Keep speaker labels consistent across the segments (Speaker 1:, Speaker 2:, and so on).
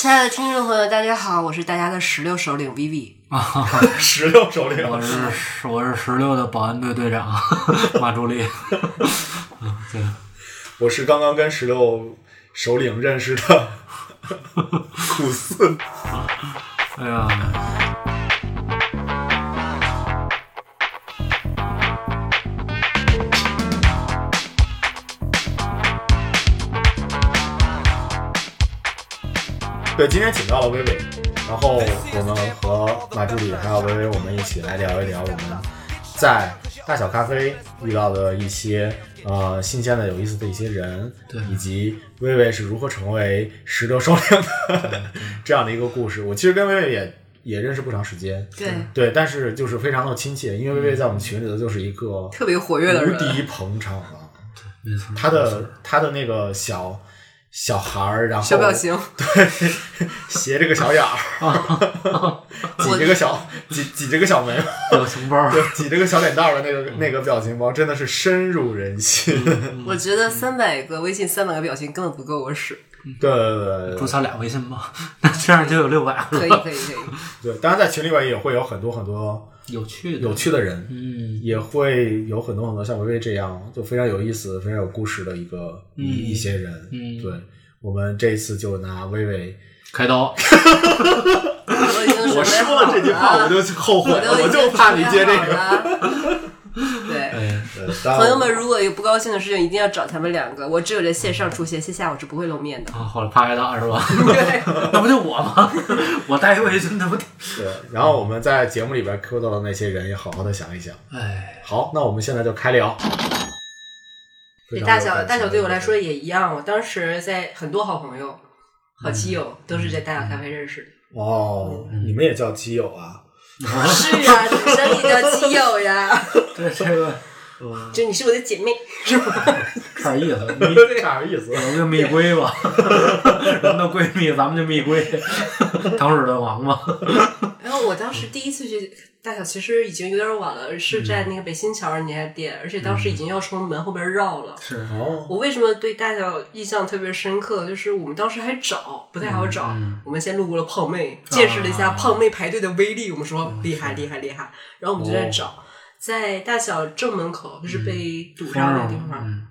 Speaker 1: 亲爱的听众朋友，大家好，我是大家的十六首领 Vivi。
Speaker 2: 啊，
Speaker 3: 十六首领，
Speaker 2: 我是我是十六的保安队队长马助理，嗯，对，
Speaker 3: 我是刚刚跟十六首领认识的苦四。
Speaker 2: 哎呀，
Speaker 3: 对，今天请到了薇薇，然后我们和马助理还有薇薇，我们一起来聊一聊我们在大小咖啡遇到的一些呃新鲜的、有意思的一些人，
Speaker 2: 对
Speaker 3: 以及薇薇是如何成为十六首领的 这样的一个故事。我其实跟薇薇也也认识不长时间，
Speaker 1: 对，
Speaker 3: 对，但是就是非常的亲切，因
Speaker 2: 嗯
Speaker 3: 为薇薇在我们群里头就是一个
Speaker 1: 特别活跃的
Speaker 3: 无
Speaker 1: 人，
Speaker 3: 敌捧场啊。
Speaker 2: 没错，
Speaker 3: 他的他的那个小小孩儿，然后
Speaker 1: 小表情，
Speaker 3: 斜着个小眼儿， 挤着个小挤挤着个小眉毛，
Speaker 2: 表情包儿，
Speaker 3: 就挤着个小脸蛋儿的那个那个表情包，真的是深入人心。
Speaker 1: 我觉得三百个微信三百个表情根本不够我使。
Speaker 3: 对对对
Speaker 2: 注
Speaker 3: 对
Speaker 2: 册俩微信吧，那这样就有六百
Speaker 1: 可
Speaker 2: 了，
Speaker 1: 以，可以，可以。
Speaker 3: 对，当然在群里边也会有很多很多
Speaker 2: 有趣的，
Speaker 3: 有趣的人，
Speaker 2: 嗯，
Speaker 3: 也会有很多很多像薇薇这样就非常有意思、非常有故事的一个一一些人。
Speaker 2: 嗯
Speaker 3: 对，我们这一次就拿薇薇，
Speaker 2: 开刀，
Speaker 1: 我已经准
Speaker 3: 我
Speaker 1: 备好
Speaker 3: 说了这句话我
Speaker 1: 了
Speaker 3: 就后悔
Speaker 1: 我
Speaker 3: 了，我
Speaker 1: 已经
Speaker 3: 就怕你接这
Speaker 1: 准备
Speaker 3: 个。
Speaker 1: 好了 对，
Speaker 2: 哎，
Speaker 3: 对
Speaker 1: 朋友们，如果有不高兴的事情，一定要找他们两个。我只有在线上出现，线下我是不会露面的。
Speaker 2: 啊，后来啪开刀是吧？
Speaker 1: 对，
Speaker 2: 那不就我吗？ 我带一微信，那不得，
Speaker 3: 对，然后我们在节目里边 Q 到的那些人也好好的想一想。
Speaker 2: 哎，
Speaker 3: 好，那我们现在就开聊。
Speaker 1: 对大小大小对我来说，也一样。我当时在很多好朋友、好基友都是在大小咖啡认识的。
Speaker 3: 哦，
Speaker 1: 嗯
Speaker 3: 你们也叫基友啊？
Speaker 1: 是啊，女生也叫基友呀，
Speaker 2: 这这个
Speaker 1: 就你是我的姐妹，是吧？
Speaker 2: 差点意思， 你
Speaker 3: 啥意思？
Speaker 2: 咱们就蜜龟吧， 人都闺蜜，咱们就蜜龟， 糖水的王嘛，
Speaker 1: 然后我当时第一次去大小，其实已经有点晚了，是在那个北新桥人家店，而且当时已经要从门后边绕了。
Speaker 2: 是，
Speaker 3: 哦，
Speaker 1: 我为什么对大小印象特别深刻？就是我们当时还找不太好找，我们先路过了胖妹，见识了一下胖妹排队的威力，我们说厉害厉害厉害，然后我们就在找，在大小正门口就是被堵上的地方，
Speaker 2: 嗯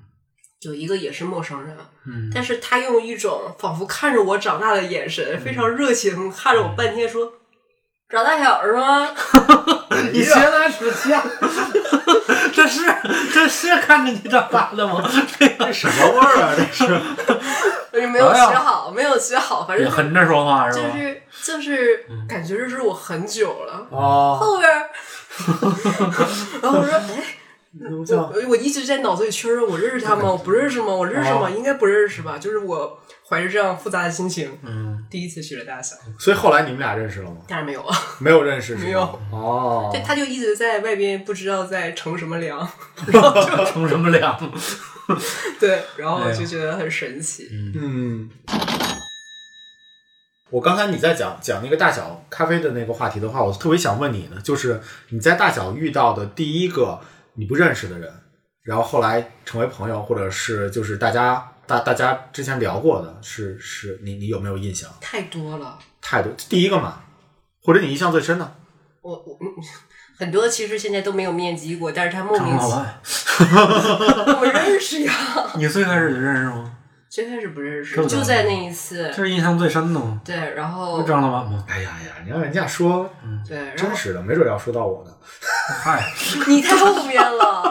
Speaker 1: 有一个也是陌生人，
Speaker 2: 嗯
Speaker 1: 但是他用一种仿佛看着我长大的眼神，非常热情看着我半天说。长大小是吗？
Speaker 2: 你学的还挺像，这是这是看着你长大的吗？
Speaker 3: 这什么味儿啊？这是
Speaker 1: 我就没有
Speaker 2: 哎呀
Speaker 1: 学好，没有学好，反
Speaker 2: 也啊
Speaker 1: 正
Speaker 2: 横着说话是
Speaker 1: 就
Speaker 2: 吧？
Speaker 1: 是就是，
Speaker 2: 嗯
Speaker 1: 感觉认识我很久了。
Speaker 3: 哦，
Speaker 1: 后边儿，然后我说，哎，
Speaker 3: 不像
Speaker 1: 我我一直在脑子里确认，我认识他吗？我不认识吗？我认识
Speaker 2: 哦
Speaker 1: 吗？应该不认识吧？就是我怀着这样复杂的心情，
Speaker 2: 嗯，
Speaker 1: 第一次去了大小，
Speaker 3: 所以后来你们俩认识了吗？
Speaker 1: 当然没
Speaker 2: 哦
Speaker 1: 有啊。
Speaker 3: 没有认识，
Speaker 1: 没有。
Speaker 3: 哦
Speaker 1: 对，，他就一直在外边不知道在乘什么凉，
Speaker 2: 乘什么量？
Speaker 1: 对，然后
Speaker 2: 哎
Speaker 1: 我
Speaker 2: 呀
Speaker 1: 就觉得很神奇。
Speaker 3: 嗯。我刚才你在讲讲那个大小咖啡的那个话题的话，我特别想问你呢，就是你在大小遇到的第一个你不认识的人，然后后来成为朋友，或者是就是大家大大家之前聊过的是是你你有没有印象？
Speaker 1: 太多了，
Speaker 3: 太多，第一个嘛，或者你印象最深的，
Speaker 1: 我我。嗯很多其实现在都没有面基过，但是他莫
Speaker 2: 张
Speaker 1: 名
Speaker 2: 老
Speaker 1: 其
Speaker 2: 外，
Speaker 1: 我认识呀，
Speaker 2: 你最开始就认识吗？
Speaker 1: 最开始不认识
Speaker 2: 是，不是
Speaker 1: 就在那一次
Speaker 2: 这，是印象最深的吗？
Speaker 1: 对，然
Speaker 2: 不
Speaker 1: 后
Speaker 2: 是张老板吗？
Speaker 3: 哎呀呀，你让人家说
Speaker 1: 对，然后
Speaker 3: 真实的，没准要说到我呢。
Speaker 2: 嗨，
Speaker 1: 你太后面 了。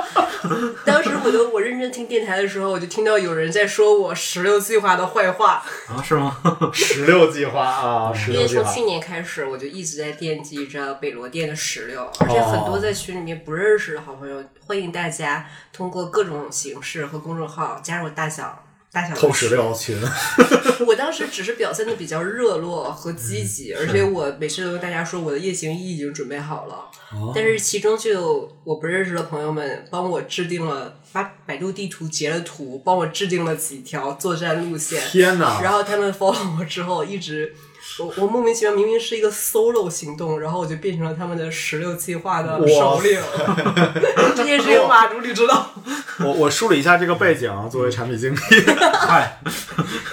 Speaker 1: 当时我就我认真听电台的时候，我就听到有人在说我十六计划的坏话，
Speaker 2: 啊是吗？
Speaker 3: 十六计划啊，十
Speaker 1: 因为
Speaker 3: 六计
Speaker 1: 从
Speaker 3: 划，
Speaker 1: 去年开始，我就一直在惦记着北罗店的石榴，而且很
Speaker 3: 哦
Speaker 1: 多在群里面不认识的好朋友，欢迎大家通过各种形式和公众号加入大小大小的
Speaker 3: 偷十六群，
Speaker 1: 我当时只是表现的比较热络和积极，而且我每次都跟大家说我的夜行衣已经准备好了，但是其中就有我不认识的朋友们帮我制定了把百度地图截了图，帮我制定了几条作战路线。
Speaker 3: 天哪！
Speaker 1: 然后他们 follow 我之后，一直我我莫名其妙，明明是一个 solo 行动，然后我就变成了他们的十六计划的首领。 这件事情马助理知道。
Speaker 3: 我我梳理一下这个背景啊，作为产品经理，
Speaker 2: 嗨，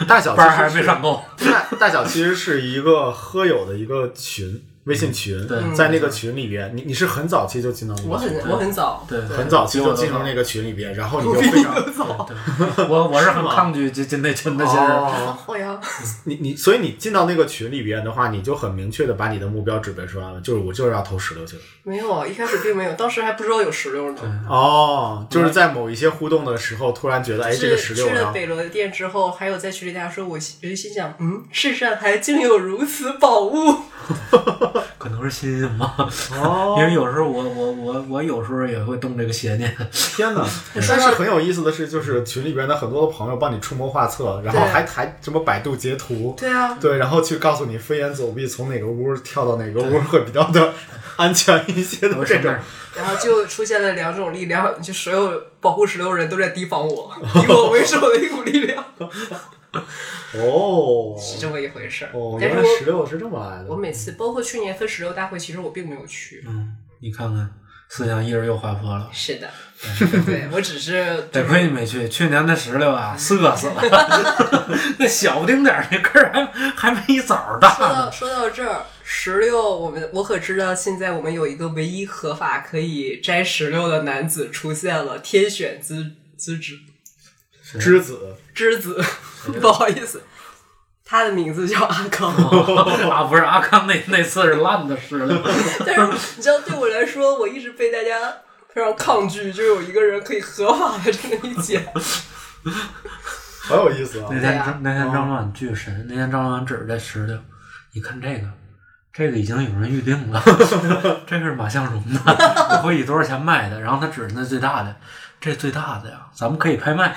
Speaker 3: 大小
Speaker 2: 班儿还
Speaker 3: 其
Speaker 2: 没
Speaker 3: 实是
Speaker 2: 上够，
Speaker 3: 大大小其实是一个喝友的一个群，微信群，
Speaker 2: 对
Speaker 3: 在那个群里边，你你是很早期就进到那
Speaker 1: 我
Speaker 3: 个群，
Speaker 1: 很我很早，
Speaker 2: 对，
Speaker 3: 很早期
Speaker 2: 比我
Speaker 3: 就
Speaker 2: 都
Speaker 3: 进入
Speaker 2: 早
Speaker 3: 那个群里边，然后你就非常
Speaker 2: 对，我我是很抗拒进进那群的，其实。
Speaker 3: 哦，
Speaker 1: 后呀，
Speaker 3: 你你所以你进到那个群里边的话，你就很明确的把你的目标指标出来了，就是我就是要投石榴去了。
Speaker 1: 没有，啊，一开始并没有，当时还不知道有石榴呢。
Speaker 3: 哦，就是在某一些互动的时候，突然觉得哎，这个
Speaker 1: 是
Speaker 3: 石
Speaker 1: 去
Speaker 3: 榴
Speaker 1: 了
Speaker 3: 呢？
Speaker 1: 北罗的店之后，还有在群里大家说，我心我就心想，嗯，世上还竟有如此宝物。
Speaker 2: 可能是新鲜吧，
Speaker 3: 哦
Speaker 2: 因为有时候我我我我有时候也会动这个邪 念，
Speaker 3: 天哪！但是很有意思的是，就是群里边的很多的朋友帮你出谋划策，然后
Speaker 1: 对
Speaker 3: 还还什么百度截图，
Speaker 1: 对啊，
Speaker 3: 对，然后去告诉你飞檐走壁，从哪个屋跳到哪个屋会比较的安全一些的
Speaker 2: 我
Speaker 3: 这
Speaker 2: 身
Speaker 3: 种
Speaker 2: 边。
Speaker 1: 然后就出现了两种力量，就所有保护石榴人都在提防我，以我为首的一股力量，
Speaker 3: 哦
Speaker 1: 是这么一回事儿。
Speaker 3: 哦，
Speaker 1: 但
Speaker 3: 原
Speaker 1: 是哎
Speaker 3: 来
Speaker 1: 我
Speaker 3: 石榴是这么来的
Speaker 1: 我。每次，包括去年分石榴大会，其实我并没有去。
Speaker 2: 嗯，你看看，思想意识又滑坡了。
Speaker 1: 是的，对我只是
Speaker 2: 得亏你没去，去年那石榴啊，涩死了。 那小不丁点儿，那根儿还还没一枣儿大
Speaker 1: 说
Speaker 2: 呢。
Speaker 1: 到说到这儿，石榴，我们我可知道现在我们有一个唯一合法可以摘石榴的男子出现了，天选之之子
Speaker 3: 栀子，
Speaker 1: 之 子，不好意思，他的名字叫阿康。
Speaker 2: 啊，不是阿康那那次是烂的石榴，
Speaker 1: 但是你知道，对我来说，我一直被大家非常抗拒，就有一个人可以合法的这么一 解。
Speaker 3: 很有意思啊
Speaker 2: 那！
Speaker 1: 对
Speaker 2: 天
Speaker 1: 啊
Speaker 2: 那天张老板巨神，那天张老板指着石榴，你看这个，这个已经有人预定了， 这是马相荣的，我会以多少钱卖的？然后他指着那最大的，这最大的呀，咱们可以拍卖。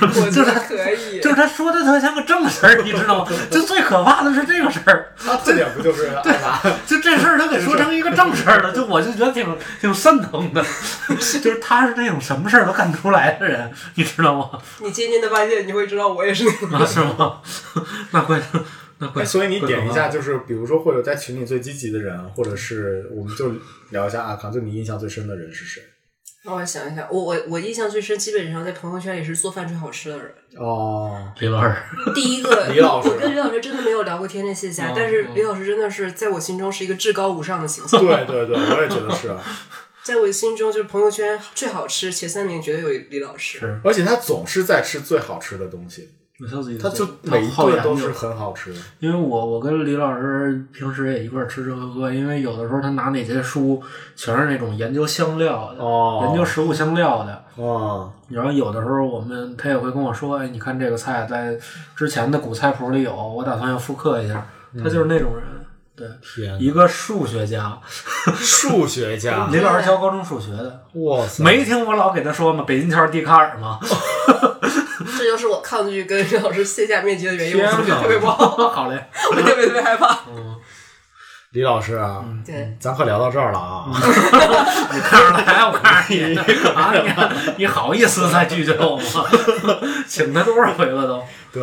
Speaker 1: 我觉得可以，
Speaker 2: 就是他说的特像个正事儿，你知道吗？就最可怕的是这个事儿，
Speaker 3: 他这点不就是爱达？
Speaker 2: 就这事儿他给说成一个正事儿了，就我就觉得挺挺瘆疼的， 就是他是那种什么事儿都干得出来的人，你知道吗？
Speaker 1: 你渐渐的发现，你会知道我也是那个。
Speaker 2: 啊，是吗？ 那怪那怪，
Speaker 3: 哎 所以你点
Speaker 2: 怪
Speaker 3: 一
Speaker 2: 可怕啊
Speaker 3: 下，就是比如说会有在群里最积极的人，或者是我们就聊一下啊阿康，就你印象最深的人是谁？
Speaker 1: 让 我想一想，我我我印象最深，基本上在朋友圈也是做饭最好吃的 人。
Speaker 3: 哦，
Speaker 2: 李老师，
Speaker 1: 第一个，
Speaker 3: 李老师
Speaker 1: 我跟李老师真的没有聊过天这线下，
Speaker 2: 嗯
Speaker 1: 但是
Speaker 2: 嗯
Speaker 1: 李老师真的是在我心中是一个至高无上的形象，
Speaker 3: 对对对，我也觉得是，啊
Speaker 1: 在我心中就是朋友圈最好吃前三名绝对有李老师。
Speaker 2: 是
Speaker 3: 而且他总是在吃最好吃的东西，
Speaker 2: 我笑自己，
Speaker 3: 他就
Speaker 2: 他
Speaker 3: 每一
Speaker 2: 好
Speaker 3: 顿
Speaker 2: 研
Speaker 3: 都
Speaker 2: 究。
Speaker 3: 是很好吃的。
Speaker 2: 因为我我跟李老师平时也一块儿吃吃喝喝，因为有的时候他拿哪些书全是那种研究香料的，
Speaker 3: 哦
Speaker 2: 研究食物香料的，
Speaker 3: 哦，
Speaker 2: 然后有的时候我们他也会跟我说，哎，你看这个菜在之前的古菜谱里有，我打算要复刻一下。他就是那种人，对，
Speaker 3: 天哪，
Speaker 2: 一个数学家，
Speaker 3: 数学家，
Speaker 2: 李老师教高中数学的，
Speaker 3: 哇塞，
Speaker 2: 没听我老给他说吗？北京桥笛卡尔 吗？
Speaker 1: 这就是我抗拒跟李老师线下面基的原因，我
Speaker 3: 天
Speaker 1: 特别
Speaker 3: 哪
Speaker 1: 特别不好，
Speaker 2: 好嘞，
Speaker 1: 我特别特别害怕。
Speaker 3: 李老师啊，
Speaker 1: 对，
Speaker 3: 咱可聊到这儿了啊。
Speaker 2: 你看着来，我看着你啊，你看你好意思再拒绝我吗？ 请他多少回了都？
Speaker 3: 对，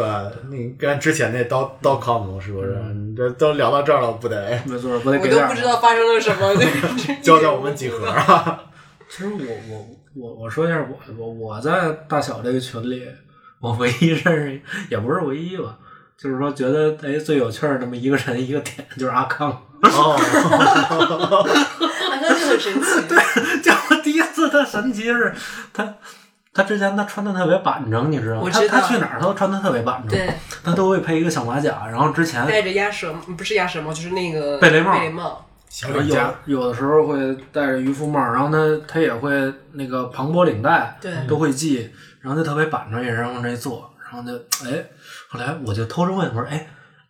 Speaker 3: 你看之前那刀刀 com 是不是？
Speaker 1: 嗯
Speaker 3: 你这都聊到这儿了，不得
Speaker 2: 没错，我得
Speaker 1: 我
Speaker 2: 给
Speaker 1: 都
Speaker 2: 点
Speaker 1: 不
Speaker 2: 儿
Speaker 1: 知。道发生了什么，就是
Speaker 3: 教教我们几何啊？
Speaker 2: 其实我我我我说一下我我我在大小这个群里，我唯一认识也不是唯一吧，就是说觉得哎最有趣儿那么一个人一个点就是阿康，
Speaker 3: 哦，
Speaker 1: 好像就很神奇。
Speaker 2: 就我第一次他神奇是他。他之前他穿的特别板正，你知道吗？
Speaker 1: 我
Speaker 2: 他
Speaker 1: 知道
Speaker 2: 他去哪儿他都穿的特别板正，
Speaker 1: 对，
Speaker 2: 他都会配一个小马甲。然后之前
Speaker 1: 戴着鸭舌，不是鸭舌帽，就是那个
Speaker 2: 贝雷帽
Speaker 1: 贝雷帽，
Speaker 3: 小
Speaker 2: 然后
Speaker 3: 李
Speaker 2: 有
Speaker 3: 家
Speaker 2: 有的时候会戴着渔夫帽，然后他他也会那个旁拨领带，
Speaker 1: 对
Speaker 2: 都会系，然后就特别板正，也是往这一坐，然后就哎，后来我就偷着问我说，哎，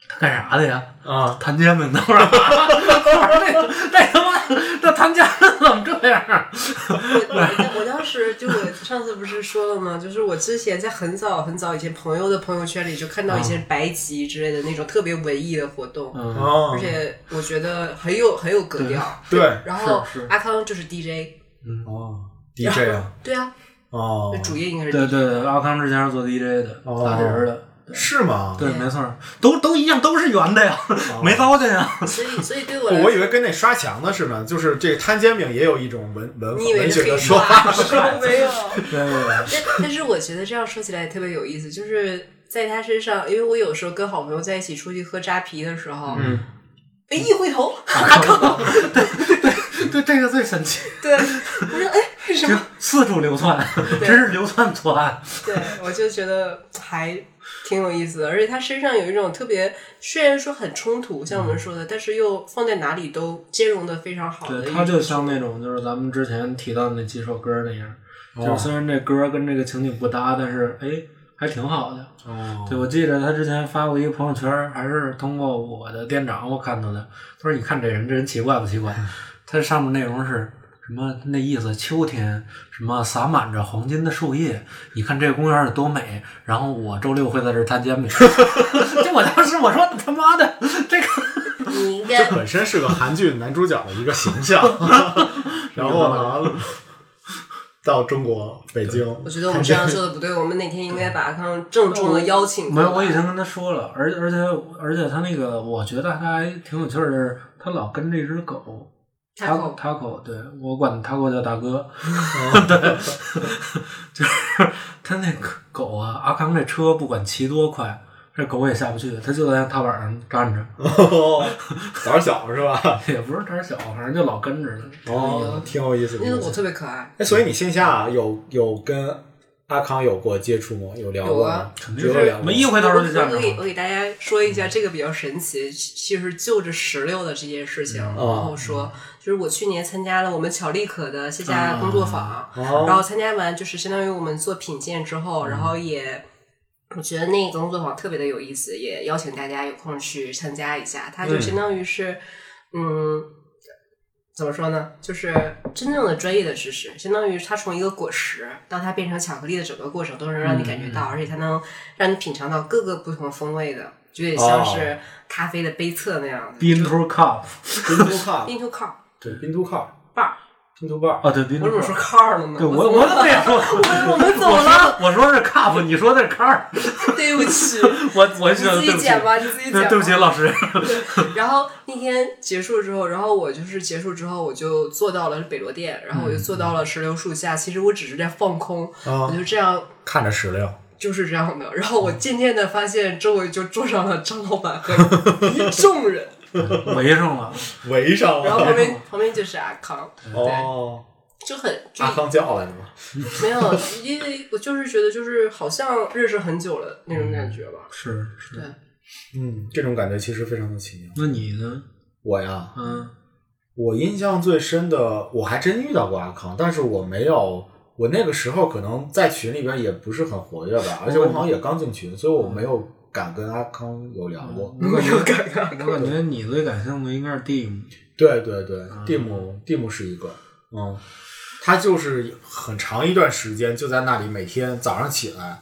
Speaker 2: 他干啥的呀？
Speaker 3: 啊，
Speaker 2: 弹煎饼 的，我说我说这这他妈这弹煎饼怎么这样？啊
Speaker 1: 我我我当时就我上次不是说了吗？就是我之前在很早很早以前朋友的朋友圈里就看到一些白集之类的那种特别文艺的活动，
Speaker 2: 嗯，
Speaker 3: 哦
Speaker 1: 而，且我觉得很有很有格调。
Speaker 3: 对，
Speaker 1: 然后
Speaker 2: 是是
Speaker 1: 阿康就是 DJ，
Speaker 3: 哦，DJ 啊，
Speaker 1: 对啊，
Speaker 3: 哦，
Speaker 1: 主业应该是
Speaker 2: 对对对，阿康之前是做 DJ 的，
Speaker 3: 哦
Speaker 2: 打碟儿的。
Speaker 3: 是吗？
Speaker 2: 对，没错儿，都都一样，都是圆的呀，没糟践呀。
Speaker 1: 所以所以对我来
Speaker 3: 哦
Speaker 1: 说，
Speaker 3: 我以为跟那刷墙的似的，就是这摊煎饼也有一种文文
Speaker 1: 你以为
Speaker 3: 文
Speaker 1: 是
Speaker 3: 学
Speaker 1: 黑
Speaker 3: 的说法。
Speaker 1: 话，没有。
Speaker 2: 对对对，
Speaker 1: 但但是我觉得这样说起来也特别有意思，就是在他身上，因为我有时候跟好朋友在一起出去喝扎啤的时候，
Speaker 3: 嗯，
Speaker 1: 哎，一回头，
Speaker 2: 对这个最神奇，
Speaker 1: 对，我说哎，为什
Speaker 2: 就
Speaker 1: 么？
Speaker 2: 四处流窜，真是流窜作案。
Speaker 1: 对，我就觉得还挺有意思的，而且他身上有一种特别，虽然说很冲突，像我们说的，但是又放在哪里都兼容的非常好的
Speaker 2: 对，
Speaker 1: 一
Speaker 2: 他
Speaker 1: 种。
Speaker 2: 就像那种就是咱们之前提到的那几首歌那样，
Speaker 3: 哦
Speaker 2: 就是虽然这歌跟这个情景不搭，但是哎，还挺好的。
Speaker 3: 哦，
Speaker 2: 对，我记得他之前发过一个朋友圈儿，还是通过我的店长我看到的。他说：“你看这人，这人奇怪不 奇怪？”他上面内容是什么？那意思，秋天什么洒满着黄金的树叶，你看这个公园有多美。然后我周六会在这儿摊煎饼。 就我当时我说他妈的这个，
Speaker 1: 你应
Speaker 3: 这
Speaker 1: 该
Speaker 3: 本身是个韩剧男主角的一个形 象，然后呢，到中国北京，
Speaker 1: 我觉得我们这样说的不对，我们哪天应该把他们郑重的邀请过
Speaker 2: 没有，我
Speaker 1: 来
Speaker 2: 已经跟他说了，而而且而且他那个，我觉得他还挺有趣儿的是，他老跟这只狗。
Speaker 1: 开口
Speaker 2: Taco，对我管 Taco 叫大哥，
Speaker 1: 嗯
Speaker 2: 对，就是他那个狗啊，阿康这车不管骑多快，这狗也下不去，它就在踏板上站着，
Speaker 3: 胆小是吧？
Speaker 2: 也不是胆小，反正就老跟着它。
Speaker 3: 哦，挺有意思的。
Speaker 1: 那个我特别可爱，
Speaker 3: 哎，所以你线下有有跟阿康有过接触吗？有聊过
Speaker 1: 有
Speaker 3: 吗
Speaker 1: 啊？
Speaker 2: 肯定
Speaker 3: 只有聊
Speaker 2: 是
Speaker 3: 过
Speaker 2: 没一回头
Speaker 1: 我
Speaker 2: 就见
Speaker 1: 我
Speaker 2: 着
Speaker 1: 给我给大家说一下这个比较神奇，其实就着石榴的这件事情，然后说就是我去年参加了我们巧力可的线下工作坊，啊然
Speaker 2: 嗯
Speaker 3: 哦
Speaker 1: 后参加完就是相当于我们做品鉴之后，然后也。我觉得那个工作坊特别的有意思，也邀请大家有空去参加一下。它就
Speaker 3: 嗯
Speaker 1: 相当于是，嗯，怎么说呢？就是真正的专业的知识，相当于它从一个果实到它变成巧克力的整个过程，都能让你感觉到，
Speaker 2: 嗯
Speaker 1: 而且它能让你品尝到各个不同风味的，就有点
Speaker 2: 哦
Speaker 1: 像是咖啡的杯测那样的。
Speaker 2: ，Bean to Cup，
Speaker 3: 宾都靠，
Speaker 1: 冰兔靠
Speaker 3: 对，宾都靠，
Speaker 1: 伴儿，
Speaker 3: 拼图伴儿。
Speaker 2: 哦对，Bean
Speaker 1: 我怎
Speaker 2: to
Speaker 1: 么说
Speaker 2: Cup，
Speaker 1: 靠了呢？
Speaker 2: 对
Speaker 1: 我怎么
Speaker 2: 我我怎么也说，
Speaker 1: 我们怎么了？
Speaker 2: 我说是 Cup，你说的是 Car，
Speaker 1: 对不起，
Speaker 2: 我我
Speaker 1: 你
Speaker 2: 觉得
Speaker 1: 自
Speaker 2: 对
Speaker 1: 己
Speaker 2: 不起，
Speaker 1: 剪吧，你自己剪吧。
Speaker 2: 对不起老师，
Speaker 1: 然后那天结束之后，然后我就是结束之后，我就坐到了北罗店，然后我就坐到了石榴树下。其实我只是在放空，我
Speaker 3: 啊，
Speaker 1: 就这样
Speaker 3: 看着石榴，
Speaker 1: 就是这样的。然后我渐渐的发现，周围就坐上了张老板和一众 人，
Speaker 2: 围上了，
Speaker 3: 围上
Speaker 1: 然后旁
Speaker 3: 了。
Speaker 1: 边旁边就是阿康，
Speaker 3: 哦，
Speaker 1: 就很就
Speaker 3: 阿康叫来的吗？
Speaker 1: 没有，因为我就是觉得就是好像认识很久了那种感觉吧。
Speaker 2: 是是，
Speaker 3: 嗯，这种感觉其实非常的奇妙。
Speaker 2: 那你呢？
Speaker 3: 我呀，
Speaker 2: 嗯，
Speaker 3: 我印象最深的，我还真遇到过阿康，但是我没有，我那个时候可能在群里边也不是很活跃吧，而且我好像也刚进群，所以我没有敢跟阿康有聊过。
Speaker 2: 嗯
Speaker 1: 没有感觉，
Speaker 2: 我感觉你最感兴趣应该是 Dim，
Speaker 3: 对对对，蒂姆蒂姆是一个，嗯，他就是很长一段时间就在那里，每天早上起来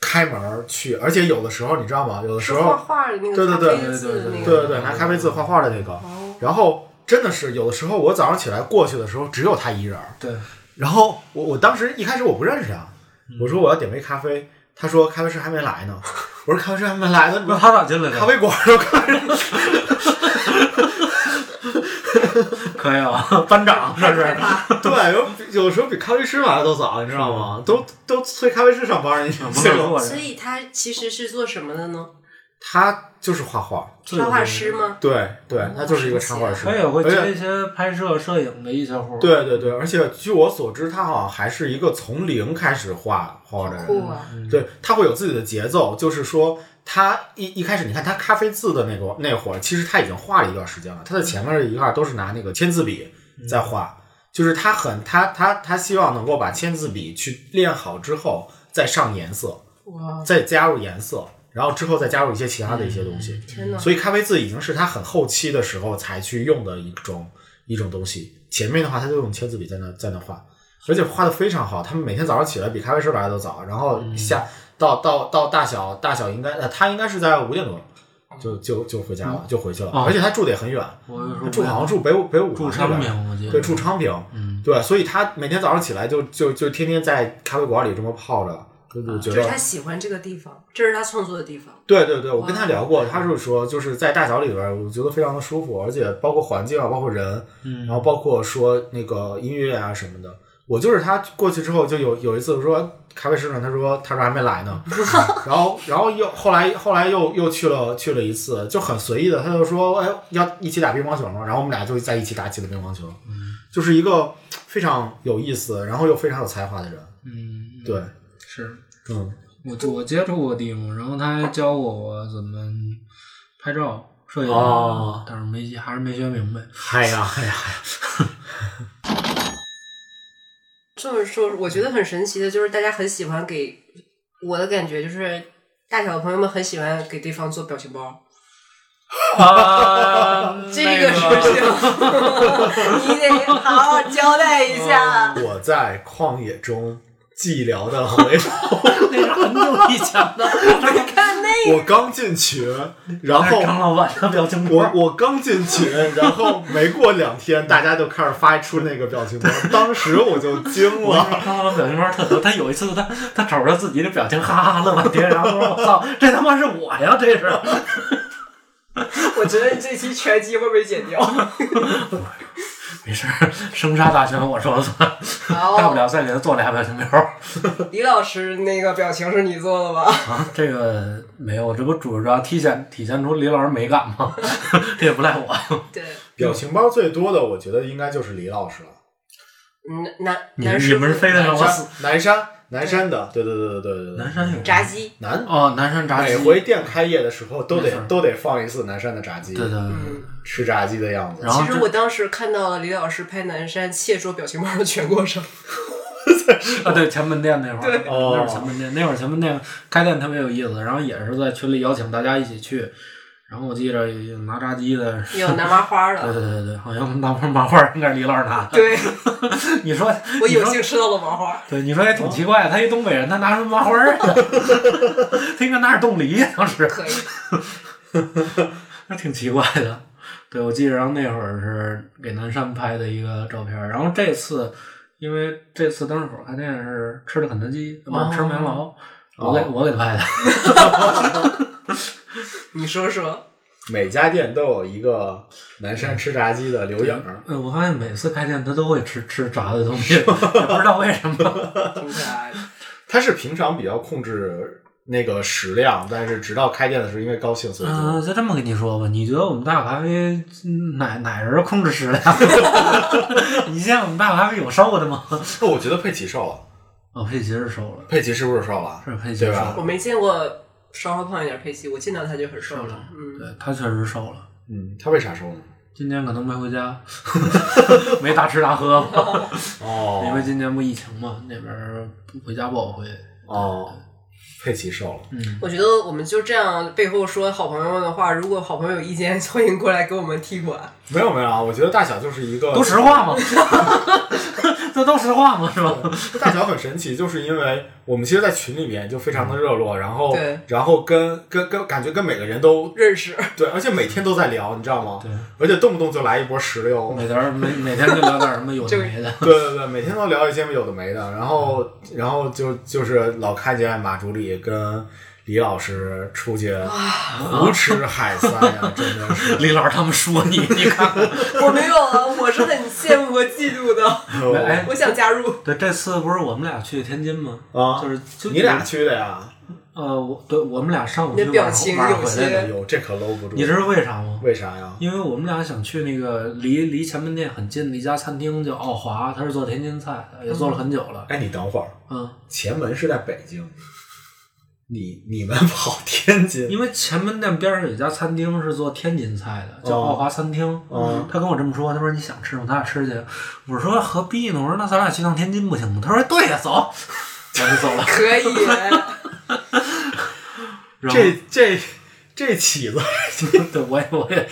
Speaker 3: 开门儿去，而且有的时候你知道吗？有的时
Speaker 1: 是
Speaker 3: 候
Speaker 1: 画画的那个
Speaker 3: 对对
Speaker 1: 咖
Speaker 3: 对
Speaker 1: 啡字的那
Speaker 3: 对
Speaker 1: 个。
Speaker 3: 对对，拿咖啡渍画画的那个。
Speaker 1: 哦
Speaker 3: 然后真的是有的时候我早上起来过去的时候只有他一人儿，
Speaker 2: 对，
Speaker 3: 然后我我当时一开始我不认识他，我说我要点杯咖啡，他说咖啡师还没来 呢，我说咖啡师还没来呢，你
Speaker 2: 那他咋进来的？
Speaker 3: 咖啡馆儿都开着。
Speaker 2: 可以啊，班长是不
Speaker 1: 害
Speaker 2: 是？
Speaker 1: 怕
Speaker 3: 对，有有时候比咖啡师来的都早，你知道吗？都都催咖啡师嗯上班儿，你
Speaker 2: 不是做
Speaker 1: 所
Speaker 2: 人，
Speaker 1: 以他其实是做什么的呢？
Speaker 3: 他就是画画，
Speaker 1: 插画师吗？
Speaker 3: 对对，他就是一个插画师，
Speaker 2: 他也会
Speaker 3: 而且
Speaker 2: 接一些拍摄、摄影的一些活儿。
Speaker 3: 哎对对对，而且据我所知，他好像还是一个从零开始画画的人。
Speaker 1: 酷啊！
Speaker 3: 对，他会有自己的节奏，就是说他一一开始，你看他咖啡字的那个那会儿，其实他已经画了一段时间了。他的前面的一块都是拿那个签字笔在画，就是他很他他他希望能够把签字笔去练好之后再上颜色，
Speaker 2: 嗯
Speaker 1: 哇，
Speaker 3: 再加入颜色，然后之后再加入一些其他的一些东西。
Speaker 1: 天
Speaker 2: 嗯
Speaker 1: 哪！
Speaker 3: 所以咖啡渍已经是他很后期的时候才去用的一种一种东西。前面的话，他就用签字笔在那在那画，而且画的非常好。他们每天早上起来比咖啡师来的都早，然后下
Speaker 2: 嗯
Speaker 3: 到到到大小大小应该呃，他应该是在五点多
Speaker 2: 嗯
Speaker 3: 就就就回家了，就回去了。
Speaker 2: 哦
Speaker 3: 而且他住的也很远，
Speaker 2: 我就说
Speaker 3: 住好像住北五北五
Speaker 2: 住
Speaker 3: 环那
Speaker 2: 昌
Speaker 3: 边，
Speaker 2: 平，我记得
Speaker 3: 对，住昌平。
Speaker 2: 嗯
Speaker 3: 对，所以他每天早上起来就就就天天在咖啡馆里这么泡着，就就
Speaker 1: 就
Speaker 3: 觉
Speaker 1: 是
Speaker 3: 得
Speaker 2: 啊
Speaker 1: 他喜欢这个地方，这是他创作的地方。
Speaker 3: 对对对，我跟
Speaker 1: 哇
Speaker 3: 他聊过，他是说就是在大桥里边儿，我觉得非常的舒服，而且包括环境啊，包括人，然后包括说那个音乐啊什么的。我就是他过去之后，就有有一次说咖啡师呢，他说他说还没来 呢，然后然后又后来后来又又去了去了一次，就很随意的，他就说哎要一起打乒乓球吗？然后我们俩就在一起打起了乒乓球，就是一个非常有意思，然后又非常有才华的人，
Speaker 2: 嗯，
Speaker 3: 对，
Speaker 2: 是
Speaker 3: 嗯。
Speaker 2: 我我接触过蒂姆，然后他还教过我怎么拍照、摄影，
Speaker 3: 哦
Speaker 2: 但是没还是没学明白。
Speaker 3: 嗨呀嗨呀，
Speaker 1: 这么说，我觉得很神奇的就是大家很喜欢给我的感觉就是。大小朋友们很喜欢给对方做表情包，
Speaker 2: 啊，
Speaker 1: 这嗯个事 情你得好好交代一下。
Speaker 3: 我在旷野中寂寥的回 头，
Speaker 2: 那是很久以前的，
Speaker 1: 看那
Speaker 3: 我刚进群，然
Speaker 2: 那是张 老
Speaker 3: 后
Speaker 2: 板的表情包
Speaker 3: 我。我刚进群，然后没过两天，大家就开始发出那个表情包，当时我就 惊
Speaker 2: 我
Speaker 3: 了。
Speaker 2: 看到了表情包特逗，他有一次他他瞅着自己的表情，哈哈乐半天，然后说：“我操，这他妈是我呀！”这是
Speaker 1: 我觉得这期全集会被剪掉。
Speaker 2: 没事儿，生杀大权我说了算，大不
Speaker 1: 好，
Speaker 2: 了再给他做俩表情包
Speaker 1: 李老师那个表情是你做的吧？
Speaker 2: 啊。这个没有，这不主要体现体现出李老师美感吗？ 这也不赖我。
Speaker 1: 对，
Speaker 3: 表情包最多的，我觉得应该就是李老师了。
Speaker 1: 嗯，男
Speaker 2: 你
Speaker 1: 男
Speaker 2: 你
Speaker 1: 师傅
Speaker 2: 们是非得让我死？
Speaker 3: 南山，南山的，对对对对对对对，
Speaker 2: 南山有
Speaker 1: 炸鸡，
Speaker 3: 南。
Speaker 2: 哦，南山炸鸡
Speaker 3: 每，回店开业的时候，都
Speaker 2: 没
Speaker 3: 得
Speaker 2: 错
Speaker 3: 都得放一次南山的炸鸡，
Speaker 2: 对对对，
Speaker 1: 嗯。
Speaker 3: 吃炸鸡的样子
Speaker 2: 然。后
Speaker 1: 其实我当时看到了李老师拍南山切磋表情包的全过程，
Speaker 2: 啊，对前门店那会儿，
Speaker 3: 哦
Speaker 2: 那会儿前门店，那会儿前门店开店特别有意思，然后也是在群里邀请大家一起去，然后我记着有拿炸鸡的，
Speaker 1: 有南麻花啊了。
Speaker 2: 对 对对对，好像拿麻花应该是李老师拿的。
Speaker 1: 对，
Speaker 2: 你说
Speaker 1: 我
Speaker 2: 你
Speaker 1: 有
Speaker 2: 说
Speaker 1: 幸吃到了麻花。
Speaker 2: 对，你说也挺奇怪，他一东北人，他拿什么麻花儿啊？ 他应该拿点冻梨，啊当时
Speaker 1: 可以，
Speaker 2: 那挺奇怪的。对，我记着，然后那会儿是给南山拍的一个照片儿，然后这次，因为这次当时我开店是吃的肯德基，不是、吃麦当劳，我给、我给他拍的。
Speaker 1: 你说说，
Speaker 3: 每家店都有一个南
Speaker 2: 嗯
Speaker 3: 山吃炸鸡的留影儿。
Speaker 2: 呃，我发现每次开店他都会吃吃炸的东西，也 不知道为什么。
Speaker 1: 挺可爱的。
Speaker 3: 他是平常比较控制那个食量，但是直到开店的时候，因为高兴，所以就、
Speaker 2: 嗯、就这么跟你说吧，你觉得我们大咖啡嗯哪哪人控制食量？ 你现在我们大咖啡有瘦的吗？
Speaker 3: 那我觉得佩奇瘦了，
Speaker 2: 哦，佩奇是瘦了，
Speaker 3: 佩奇是不是瘦了？
Speaker 2: 是佩奇
Speaker 3: 对
Speaker 2: 瘦
Speaker 3: 吧
Speaker 2: 了，
Speaker 1: 我没见过稍稍胖一点佩奇，我见到他就很瘦了。嗯，
Speaker 2: 对他确实瘦了。
Speaker 3: 嗯，他为啥瘦呢？
Speaker 2: 今年可能没回 家，没大吃大喝吧，
Speaker 3: 哦
Speaker 2: 因为今年不疫情嘛，那边儿不回家不好回。
Speaker 3: 哦，佩奇瘦了。
Speaker 2: 嗯，
Speaker 1: 我觉得我们就这样背后说好朋友的话，如果好朋友有意见， 欢迎过来给我们踢 馆。
Speaker 3: 没有没有啊，我觉得大小就是一个
Speaker 2: 都实话嘛， 这都实话嘛，是吧？
Speaker 3: 大小很神奇，就是因为我们其实，在群里面就非
Speaker 2: 嗯
Speaker 3: 常的热络，然后
Speaker 1: 对
Speaker 3: 然后跟跟跟感觉跟每个人都
Speaker 1: 认识，
Speaker 3: 对，而且每天都在聊，你知道吗？
Speaker 2: 对，
Speaker 3: 而且动不动就来一波石榴，
Speaker 2: 每天儿每每天就聊点儿什么有的没 的。
Speaker 3: 对对对，每天都聊一些有的没的，然后然后就就是老看见马助理跟李老师出去胡吃海塞啊， 真的是。
Speaker 2: 李老师他们说 你，你看，
Speaker 1: 我没有啊，我是很羡慕和嫉妒的，
Speaker 2: 哎，
Speaker 1: 我想加 入。
Speaker 2: 对，这次不是我们俩去天津吗？
Speaker 3: 啊
Speaker 2: 就是就
Speaker 3: 你俩去的呀？
Speaker 2: 呃，我对我们俩上午
Speaker 1: 你
Speaker 2: 去
Speaker 1: 的表
Speaker 2: 晚上
Speaker 1: 情
Speaker 2: 晚上
Speaker 1: 有
Speaker 2: 回来的
Speaker 1: 些
Speaker 3: 哎呦，这可搂不住。
Speaker 2: 你知道为啥吗？
Speaker 3: 为啥呀？
Speaker 2: 因为我们俩想去那个离离前门店很近的一家餐厅，叫奥华，他是做天津菜的，也做了很久了。
Speaker 3: 哎，你等会儿，
Speaker 2: 嗯，
Speaker 3: 前门是在北京，你你们跑天津？
Speaker 2: 因为前门店边上有一家餐厅是做天津菜的，叫
Speaker 3: 哦
Speaker 2: 奥华餐厅。
Speaker 3: 哦
Speaker 2: 他跟我这么说，他说你想吃吗？咱俩吃去。我说何必呢？我说那咱俩去趟天津不行吗？他说对呀，走。 我就走了。
Speaker 1: 可以，哎
Speaker 2: 然后
Speaker 3: 这这这起 子，
Speaker 2: 对我也我也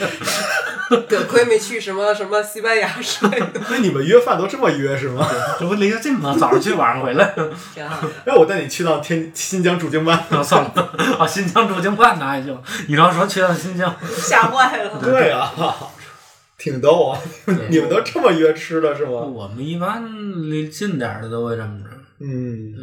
Speaker 1: 得亏没去什么什么西班牙之类的，
Speaker 3: 那你们约饭都这么约是吗？
Speaker 2: 这不离得近吗？早上去，晚上回来。
Speaker 1: 挺好 的。
Speaker 3: 哎，我带你去趟天新疆驻京办。
Speaker 2: 那算了，啊，新疆驻京办那还行。你刚说去趟新疆，
Speaker 1: 吓坏了。
Speaker 3: 对啊，挺逗啊！ 你们都这么约吃的是吗？
Speaker 2: 我们一般离近点儿的都会这么着。
Speaker 3: 嗯，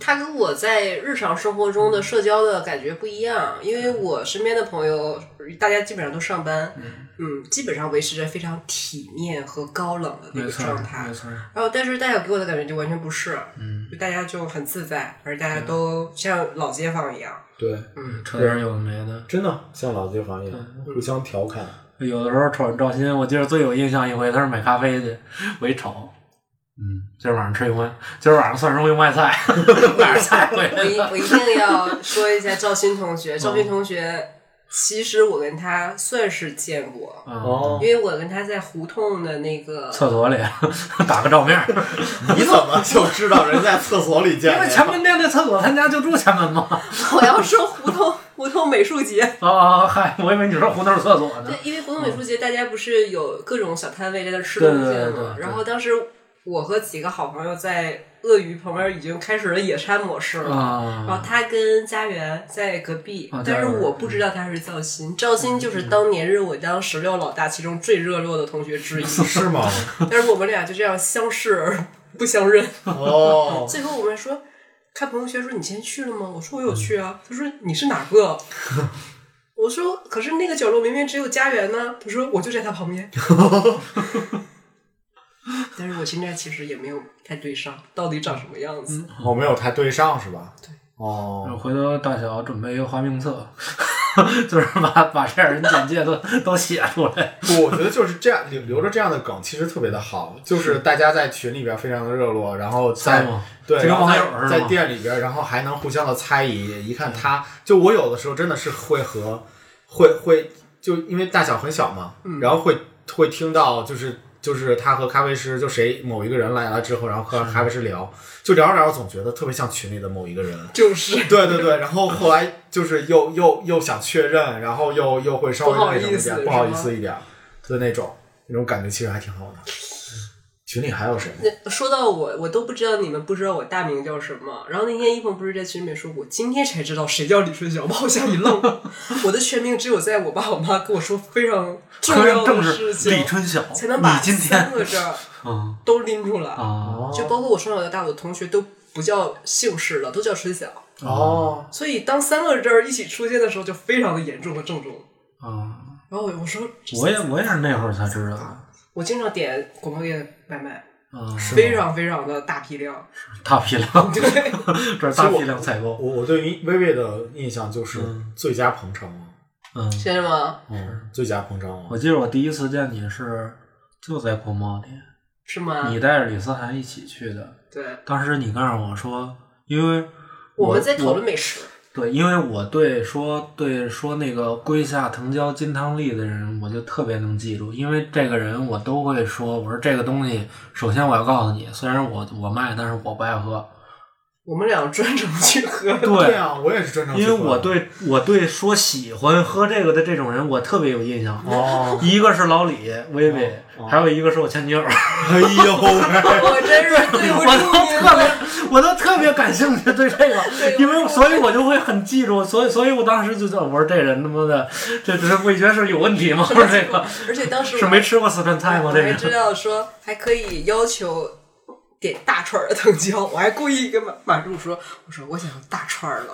Speaker 1: 他跟我在日常生活中
Speaker 2: 嗯
Speaker 1: 的社交的感觉不一样，因为我身边的朋友，大家基本上都上班，嗯，基本上维持着非常体面和高冷的那
Speaker 2: 没
Speaker 1: 个
Speaker 2: 错
Speaker 1: 状
Speaker 2: 儿，
Speaker 1: 态
Speaker 2: 没。错儿。
Speaker 1: 然后，但是大小给我的感觉就完全不是，
Speaker 2: 嗯，
Speaker 1: 就大家就很自在，而大家都像老街坊一样。
Speaker 3: 对，
Speaker 1: 嗯
Speaker 2: 扯点儿有的没的。
Speaker 3: 真的像老街坊一样互相调侃。
Speaker 2: 有的时候瞅赵鑫，我记得最有印象一回，他是买咖啡去，我一瞅，嗯，今儿晚上吃油麦，今儿晚上蒜蓉油麦菜，买点菜回
Speaker 1: 我一
Speaker 2: 来。
Speaker 1: 我一定要说一下赵鑫同
Speaker 2: 嗯
Speaker 1: 学，赵鑫同学，其实我跟他算是见过，
Speaker 2: 嗯，
Speaker 3: 哦
Speaker 1: 因，为我跟他在胡同的那个
Speaker 2: 厕所里打个照面儿，
Speaker 3: 嗯你怎么就知道人在厕所里见
Speaker 2: 因为
Speaker 3: 面？
Speaker 2: 前门店那厕所，他家就住前门嘛。
Speaker 1: 我要说胡同胡同美术节，
Speaker 2: 啊啊，嗨，我以为你说胡同厕所呢
Speaker 1: 对。，因为胡同美术节大家不是有各种小摊位在那儿吃东西
Speaker 2: 嗯对对
Speaker 1: 的
Speaker 2: 对对
Speaker 1: 嘛。然后当时我和几个好朋友在鳄鱼旁边已经开始了野餐模式了。然
Speaker 2: 啊
Speaker 1: 后他跟家园在隔壁，
Speaker 2: 啊
Speaker 1: 但是
Speaker 2: 家园
Speaker 1: 我不知道他是赵鑫。赵鑫就是当年是我当十六老大其中最热络的同学 之一，
Speaker 3: 是吗？
Speaker 1: 但是我们俩就这样相视而不相认。
Speaker 3: 哦，
Speaker 1: 最后我们说，看朋友圈说你今天去了吗？我说我有去
Speaker 2: 嗯
Speaker 1: 啊。他说你是哪 个？我说可是那个角落明明只有家园呢。他说我就在他旁 边。但是我现在其实也没有太对上，到底长什么样子？
Speaker 2: 嗯
Speaker 3: 我哦没有太对上是吧？
Speaker 1: 对。
Speaker 3: 哦，
Speaker 2: 回头大小准备一个花名册， 就是把把这样人简介都都写出来。
Speaker 3: 不，我觉得就是这样留留着这样的梗，其实特别的好，就是大家在群里边非常的热络，然后在
Speaker 2: 猜吗
Speaker 3: 对，
Speaker 2: 就跟
Speaker 3: 然后
Speaker 2: 网
Speaker 3: 在
Speaker 2: 友似的
Speaker 3: 在
Speaker 2: 嘛
Speaker 3: 店里边，然后还能互相的猜疑。一看他，就我有的时候真的是会和会会，就因为大小很小嘛，然后会会听到就是。就是他和咖啡师，就谁某一个人来了之后，然后和咖啡师聊，就聊着聊着，总觉得特别像群里的某一个人。
Speaker 1: 就是
Speaker 3: 对对对，然后后来就是又又又想确认，然后又又会稍微那什么一点，不
Speaker 1: 不
Speaker 3: 好
Speaker 1: 好
Speaker 3: 意
Speaker 1: 意
Speaker 3: 思
Speaker 1: 思
Speaker 3: 一点的那种，那种感觉其实还挺好的。群里还有谁？
Speaker 1: 那说到我，我都不知道你们不知道我大名叫什么。然后那天一鹏不是在群里面说，我今天才知道谁叫李春晓，把我吓一愣。 我的全名只有在我爸我妈跟我说非常重要
Speaker 2: 正
Speaker 1: 的
Speaker 2: 是
Speaker 1: 事情，
Speaker 2: 李春晓，
Speaker 1: 才能把
Speaker 2: 你今天
Speaker 1: 三个字儿
Speaker 2: 啊
Speaker 1: 都拎出来。
Speaker 2: 啊
Speaker 1: 就包括我从小到大，我的同学都不叫姓氏了，都叫春晓。
Speaker 3: 哦，
Speaker 1: 所以当三个字儿一起出现的时候，就非常的严重和郑重。
Speaker 2: 啊！
Speaker 1: 然后我我说，
Speaker 2: 我也我也是那会儿才知道的
Speaker 1: 我经常点广播店外卖，
Speaker 2: 啊，
Speaker 1: 非常非常的大批量。
Speaker 2: 大批量，
Speaker 1: 对，
Speaker 2: 这是大批量采购，
Speaker 3: 我我对于薇薇的印象就是最佳捧场王，
Speaker 2: 嗯，哦
Speaker 1: 真的吗？
Speaker 3: 嗯，最佳捧场王
Speaker 2: 我。记得我第一次见你是就在国贸里，
Speaker 1: 是吗
Speaker 2: 你？带着李思涵一起去的。
Speaker 1: 对，
Speaker 2: 当时你告诉我说，因为
Speaker 1: 我们在讨
Speaker 2: 我
Speaker 1: 论美食。
Speaker 2: 对，因为我对说对说那个龟下藤椒金汤力的人，我就特别能记住，因为这个人我都会说，我说这个东西，首先我要告诉你，虽然我我卖，但是我不爱喝。
Speaker 1: 我们俩专程去喝，
Speaker 3: 对
Speaker 2: 对，
Speaker 3: 啊，我也是专程去
Speaker 2: 因
Speaker 3: 喝
Speaker 2: 为
Speaker 3: 的。
Speaker 2: 我对我对说喜欢喝这个的这种人，我特别有印象。
Speaker 3: 哦，
Speaker 2: 一个是老李、薇薇，还有一个是我前女友，
Speaker 3: 哎呦喂，
Speaker 1: 我真是对
Speaker 2: 我
Speaker 1: 不
Speaker 2: 都
Speaker 1: 住你了。
Speaker 2: 特别，我都特别感兴趣对这个，因为所以我就会很记住，所以所以我当时就叫我说这人他妈的，这这味觉是有问题吗？这个
Speaker 1: 而且当时我
Speaker 2: 是没吃过四川菜吗？
Speaker 1: 我
Speaker 2: 这
Speaker 1: 还知
Speaker 2: 人
Speaker 1: 道说还可以要求点大串儿的藤椒，我还故意跟马马柱说，我说我想要大串儿的，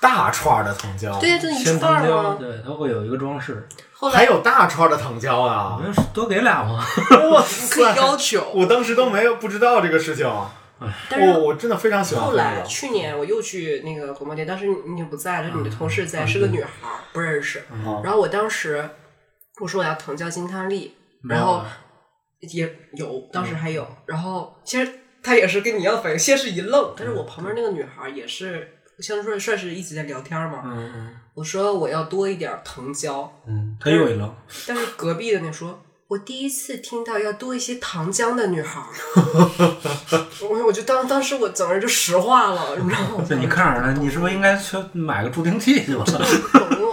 Speaker 3: 大串儿的藤椒，
Speaker 1: 对呀，就一
Speaker 2: 鲜
Speaker 1: 串
Speaker 2: 藤
Speaker 1: 儿
Speaker 2: 椒，
Speaker 1: 吗？
Speaker 2: 对，它会有一个装饰，
Speaker 1: 后
Speaker 3: 还
Speaker 1: 来
Speaker 3: 有大串儿的藤椒啊！
Speaker 2: 多给俩嘛。
Speaker 3: 哇
Speaker 1: 可以要
Speaker 3: 塞，
Speaker 1: 求，
Speaker 3: 我当时都没有不知道这个事情， 啊
Speaker 1: 但
Speaker 2: 哦
Speaker 3: 我
Speaker 1: 是。
Speaker 3: 我真的非常喜欢
Speaker 1: 后
Speaker 3: 喝这
Speaker 1: 来
Speaker 3: 个。
Speaker 1: 去年我又去那个广播店，当时你也不在，就是你的同事在，是个女孩儿，不认识。然后我当时我说我要藤椒金汤力，
Speaker 2: 没有
Speaker 1: 然后
Speaker 2: 啊
Speaker 1: 也有，当时还有。然后其实他也是跟你一样反应，先是一愣，但是我旁边那个女孩也是，相当于算是一直在聊天嘛。
Speaker 2: 嗯嗯
Speaker 1: 我说我要多一点藤椒，
Speaker 2: 嗯，他又一愣，
Speaker 1: 但是隔壁的那说。我第一次听到要多一些糖浆的女孩儿， 我我就当当时我整个人就石化了，你知道吗？
Speaker 2: 这你看着呢，你是不是应该去买个助听器去吧？
Speaker 1: 懂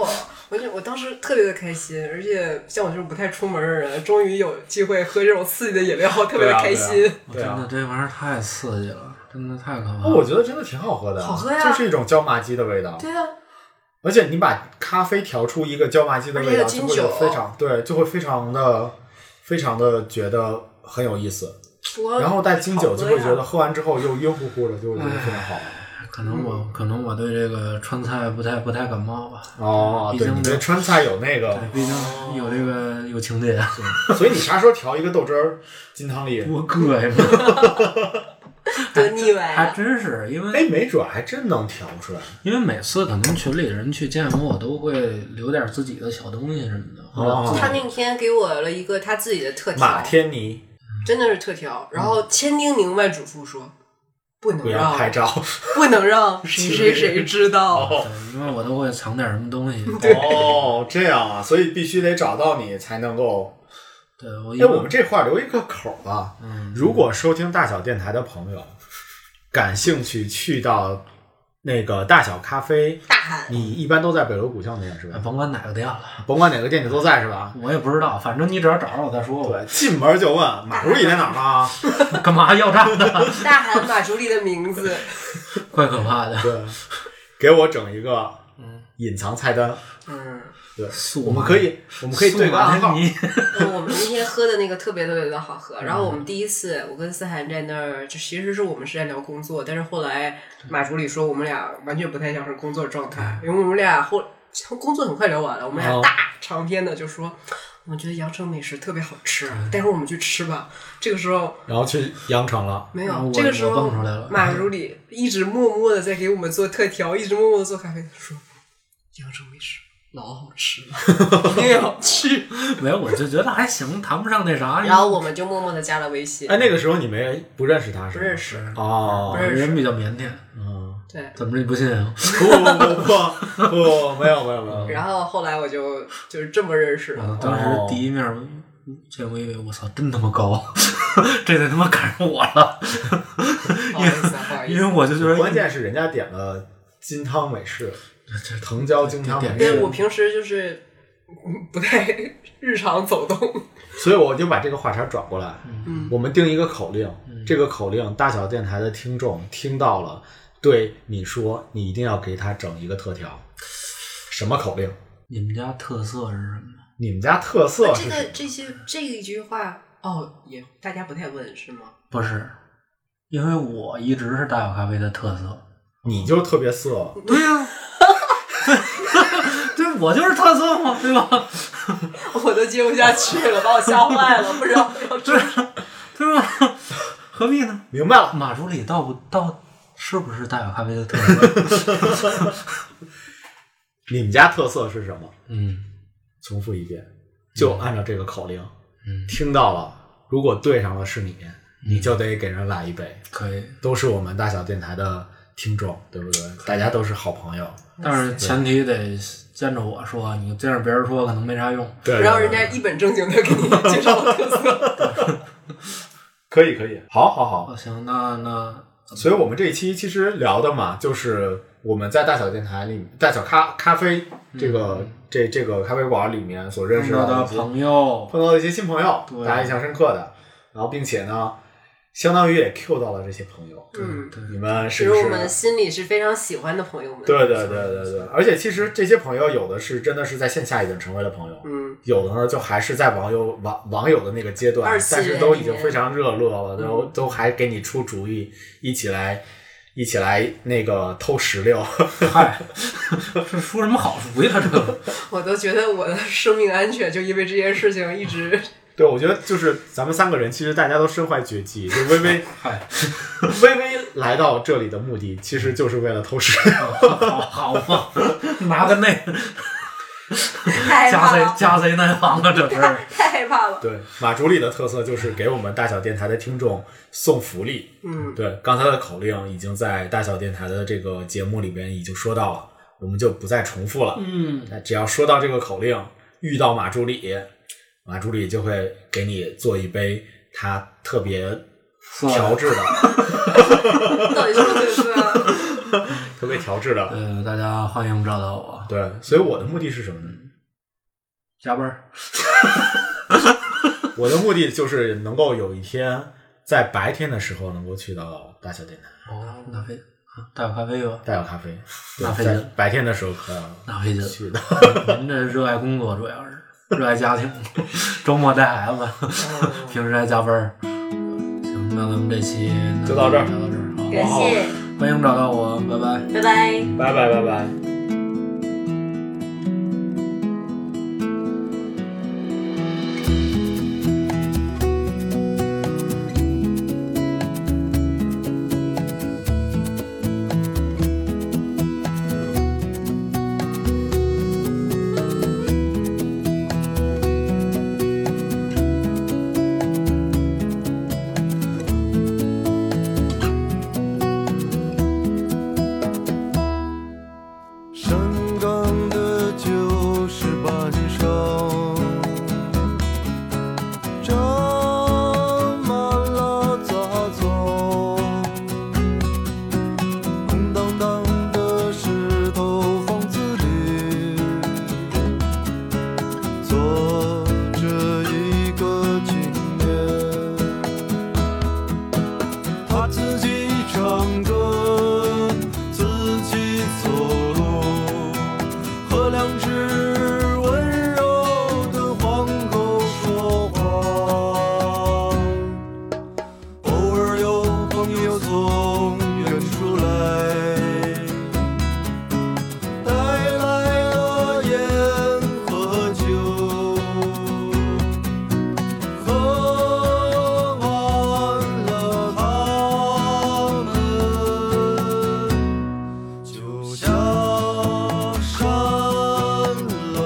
Speaker 1: 我，我就我当时特别的开心，而且像我这种不太出门的人，终于有机会喝这种刺激的饮料，特别的开心。
Speaker 2: 我
Speaker 3: 对
Speaker 2: 真
Speaker 3: 啊
Speaker 2: 的这玩意儿太刺激了，真的太可怕
Speaker 3: 哦，我
Speaker 2: 了。
Speaker 3: 觉得真的挺好喝的，啊
Speaker 1: 好喝呀
Speaker 3: 就是一种椒麻鸡的味道。
Speaker 1: 对啊，
Speaker 3: 而且你把咖啡调出一个椒麻鸡的味道，
Speaker 1: 而且
Speaker 3: 就
Speaker 1: 有金
Speaker 3: 会
Speaker 1: 酒
Speaker 3: 有非常对，就会非常的非常的觉得很有意思。
Speaker 1: 我
Speaker 3: 然后但金酒就会觉得
Speaker 1: 好
Speaker 3: 喝完之后又晕乎乎的，就觉得非常好。
Speaker 2: 哎可能我可能我对这个川菜不太不太感冒吧，
Speaker 3: 哦，对，
Speaker 2: 已经
Speaker 3: 你对川菜有那个，
Speaker 2: 毕竟有这个有情节，
Speaker 3: 所以你啥时候调一个豆汁儿金汤力？
Speaker 2: 多膈应啊，
Speaker 1: 喝呀多腻歪
Speaker 2: 还
Speaker 1: 啊！
Speaker 2: 真是因为
Speaker 3: 哎，没准还真能调出来。
Speaker 2: 因为每次可能群里人去见我，我都会留点自己的小东西什么的，或者
Speaker 3: 哦
Speaker 2: 自己
Speaker 1: 他那天给我了一个他自己的特
Speaker 3: 马
Speaker 1: 调，
Speaker 3: 天尼
Speaker 1: 真的是特调。然后千叮咛万嘱咐说，不能
Speaker 3: 不要
Speaker 1: 让
Speaker 3: 拍照。
Speaker 2: 哦
Speaker 1: 不能 让谁谁谁知道。
Speaker 3: 哦
Speaker 2: 对因为我都会藏点什么东西。
Speaker 3: 哦， 这样啊，所以必须得找到你才能够。
Speaker 2: 对我一
Speaker 3: 哎，我
Speaker 2: 般
Speaker 3: 们这块儿留一个口儿吧。
Speaker 2: 嗯，
Speaker 3: 如果收听大小电台的朋友感兴趣，去到那个大小咖啡，
Speaker 1: 大 喊，
Speaker 3: 你一般都在北锣鼓巷那边是吧？
Speaker 2: 甭管哪个店了，
Speaker 3: 甭管哪个店你都在是吧？
Speaker 2: 我也不知道，反正你只要找着我再说。
Speaker 3: 对，进门就问马助理在哪儿呢？
Speaker 2: 我干嘛要账的？
Speaker 1: 大喊马助理的名 字，
Speaker 2: 怪可怕的，
Speaker 3: 对，给我整一个
Speaker 2: 嗯
Speaker 3: 隐藏菜单。
Speaker 1: 嗯。
Speaker 3: 对，
Speaker 2: 素
Speaker 3: 我们可以，我们可以对个暗号。
Speaker 2: 你
Speaker 1: 嗯，我们那天喝的那个特别特别的好喝。
Speaker 3: 嗯
Speaker 1: 然后我们第一次，我跟思涵在那儿，就其实是我们是在聊工作，但是后来
Speaker 3: 嗯
Speaker 1: 马助理说我们俩完全不太像是工作状态，因为我们俩后工作很快聊完了，我们俩
Speaker 3: 哦
Speaker 1: 大长篇的就说，我们觉得阳城美食特别好吃，
Speaker 3: 嗯
Speaker 1: 待会儿我们去吃吧。这个时候
Speaker 3: 然后去羊城了，
Speaker 1: 没
Speaker 2: 啊我
Speaker 1: 有，这个时
Speaker 2: 我
Speaker 1: 候
Speaker 2: 蹦出来了
Speaker 1: 马助理一直默默的在给我们做特调，一直默默的做咖啡，他说阳城美食老好吃了， 一定要去。
Speaker 2: 没有，我就觉得还行，谈不上那啥。
Speaker 1: 然后我们就默默的加了微信。
Speaker 3: 哎，那个时候你没不认识他
Speaker 1: 不
Speaker 3: 是吗？
Speaker 1: 认识，
Speaker 3: 哦
Speaker 2: 我
Speaker 1: 不，认识
Speaker 2: 人比较腼腆，
Speaker 3: 嗯，
Speaker 1: 对。
Speaker 2: 怎么着你不信啊？
Speaker 3: 不不不不不，没有没有没有，
Speaker 1: 然后后来我就就是这么认识
Speaker 2: 我
Speaker 1: 的，
Speaker 2: 当
Speaker 3: 哦
Speaker 2: 时第一面见我以为我操，真他妈高， 这得他妈赶上我了，
Speaker 1: 不好意思啊，不好意
Speaker 2: 嗯 因
Speaker 1: 思
Speaker 2: 为。我就觉得
Speaker 3: 哎关键是人家点了金汤美式，
Speaker 2: 这这
Speaker 3: 藤椒金汤美
Speaker 1: 对，
Speaker 3: 式
Speaker 1: 我，平时就是嗯不太日常走动，
Speaker 3: 所以我就把这个话茬转过来，
Speaker 1: 嗯
Speaker 3: 我们定一个口令，这个口令大小电台的听众听到了，对你说，你一定要给他整一个特调，什么口令？
Speaker 2: 你们家特色是什么？
Speaker 3: 你们家特色
Speaker 1: 这
Speaker 3: 是
Speaker 1: 个
Speaker 3: 什
Speaker 1: 这些这一句话哦，也大家不太问是吗？
Speaker 2: 不是，因为我一直是大小咖啡的特色。
Speaker 3: 么？你就特别色，
Speaker 2: 对呀、 对， 对我就是特色嘛，对吧？
Speaker 1: 我都接不下去了，把我吓坏了，不知道 要这
Speaker 2: 对吧？何必呢？
Speaker 3: 明白了。
Speaker 2: 马助理到不到是不是大小咖啡的特色？
Speaker 3: 你们家特色是什么？
Speaker 2: 嗯
Speaker 3: 重复一遍，就按照这个口令，
Speaker 2: 嗯，
Speaker 3: 听到了，如果对上了是你，你就得给人来一杯。
Speaker 2: 可以，
Speaker 3: 都是我们大小电台的听众，对不对？大家都是好朋友，
Speaker 2: 但是前提得见着我说，你这样别人说可能没啥用。
Speaker 3: 对
Speaker 1: 然后人家一本正经的给你介绍特 色，
Speaker 3: 可以可以，好好好。
Speaker 2: 哦，行，那那
Speaker 3: 所以我们这一期其实聊的嘛，就是我们在大小电台里，大小咖咖啡这个、这这个咖啡馆里面所认
Speaker 2: 认
Speaker 3: 识
Speaker 2: 识嗯的
Speaker 3: 到一些
Speaker 2: 朋友，
Speaker 3: 碰到的一些新朋友，
Speaker 2: 对
Speaker 3: 大家印象深刻的，然后并且呢，相当于也 Q 到了这些朋友，
Speaker 1: 嗯，
Speaker 3: 你们是
Speaker 1: 是
Speaker 3: 不
Speaker 1: 我
Speaker 3: 是？
Speaker 1: 们心里是非常喜欢的朋友们。
Speaker 3: 对对对对对，而且其实这些朋友有的是真的是在线下已经成为了朋友，
Speaker 1: 嗯，
Speaker 3: 有的呢，就还是在网友网网友的那个阶段，
Speaker 1: 二次
Speaker 3: 但
Speaker 1: 元嗯
Speaker 3: 是都已经非常热络了，都都还给你出主意，一起来一起来那个偷石榴，
Speaker 2: 嗨，这说什么好主意啊？这个，
Speaker 1: 我都觉得我的生命安全就因为这件事情一直
Speaker 3: 对我觉得就是咱们三个人，其实大家都身怀绝技，就微 微
Speaker 2: 嗨，
Speaker 3: 微微来到这里的目的，其实就是为了偷石榴。
Speaker 2: 好好嘛，拿个那
Speaker 1: 太害
Speaker 2: 加
Speaker 1: 怕
Speaker 2: 谁
Speaker 1: 了，
Speaker 2: 加谁难防啊？这是。
Speaker 1: 太害怕了。
Speaker 3: 对，马助理的特色就是给我们大小电台的听众送福利。
Speaker 1: 嗯，
Speaker 3: 对，刚才的口令已经在大小电台的这个节目里边已经说到了，我们就不再重复了。
Speaker 2: 嗯，
Speaker 3: 那只要说到这个口令，遇到马助理，马助理就会给你做一杯他特别调制的、
Speaker 1: 到底说的对不对啊？
Speaker 3: 特别调制的。
Speaker 2: 呃，大家欢迎找到我
Speaker 3: 对，所以我的目的是什么呢？
Speaker 2: 加班儿。
Speaker 3: 我的目的就是能够有一天在白天的时候能够去到大小电台，
Speaker 2: 哦，那非啊，带有咖啡吧，
Speaker 3: 带有咖啡，
Speaker 2: 那
Speaker 3: 对，
Speaker 2: 非
Speaker 3: 在
Speaker 2: 得
Speaker 3: 白天的时候可以
Speaker 2: 那非得
Speaker 3: 去的。
Speaker 2: 您这热爱工作主要是热爱家庭， 周末带孩子，
Speaker 4: 哦
Speaker 2: 平时还加班儿。行，那咱们这期
Speaker 3: 就到这儿
Speaker 2: 聊到这儿，好
Speaker 4: 感谢，
Speaker 2: 欢迎找到我，拜拜。
Speaker 4: 拜拜。
Speaker 3: 拜拜拜拜。
Speaker 5: 山岗的酒是半晌，沾满了杂草，空荡荡的石头房子里，坐着一个青年。他自己唱歌，自己走路，和两只温柔的黄狗说话。偶尔有朋友从远处来，带来了烟和酒。喝完了它们，就下山了。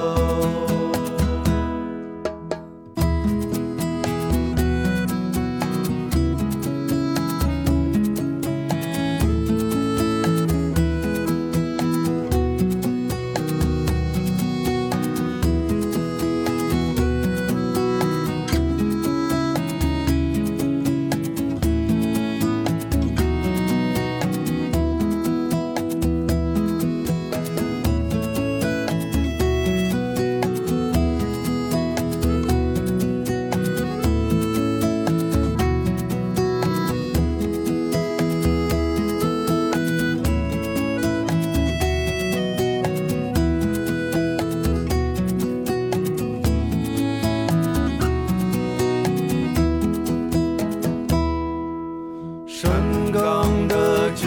Speaker 5: 山岗的酒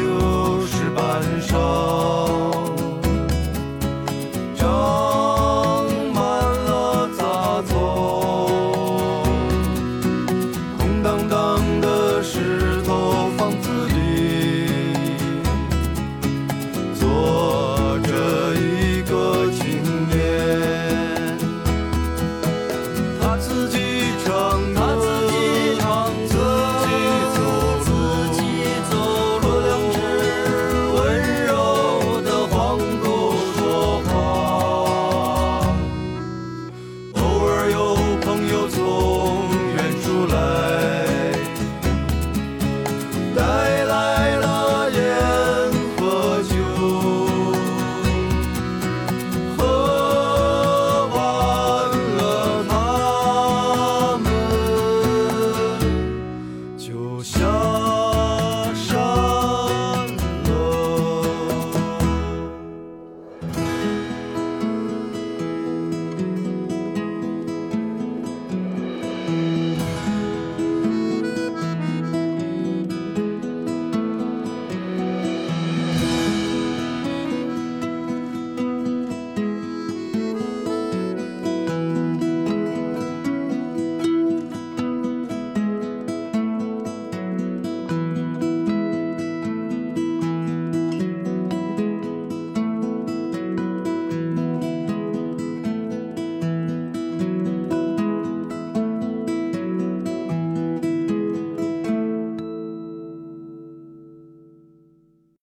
Speaker 5: 是半晌，长满了杂草，空荡荡的石头房子里，坐着一个青年，他自己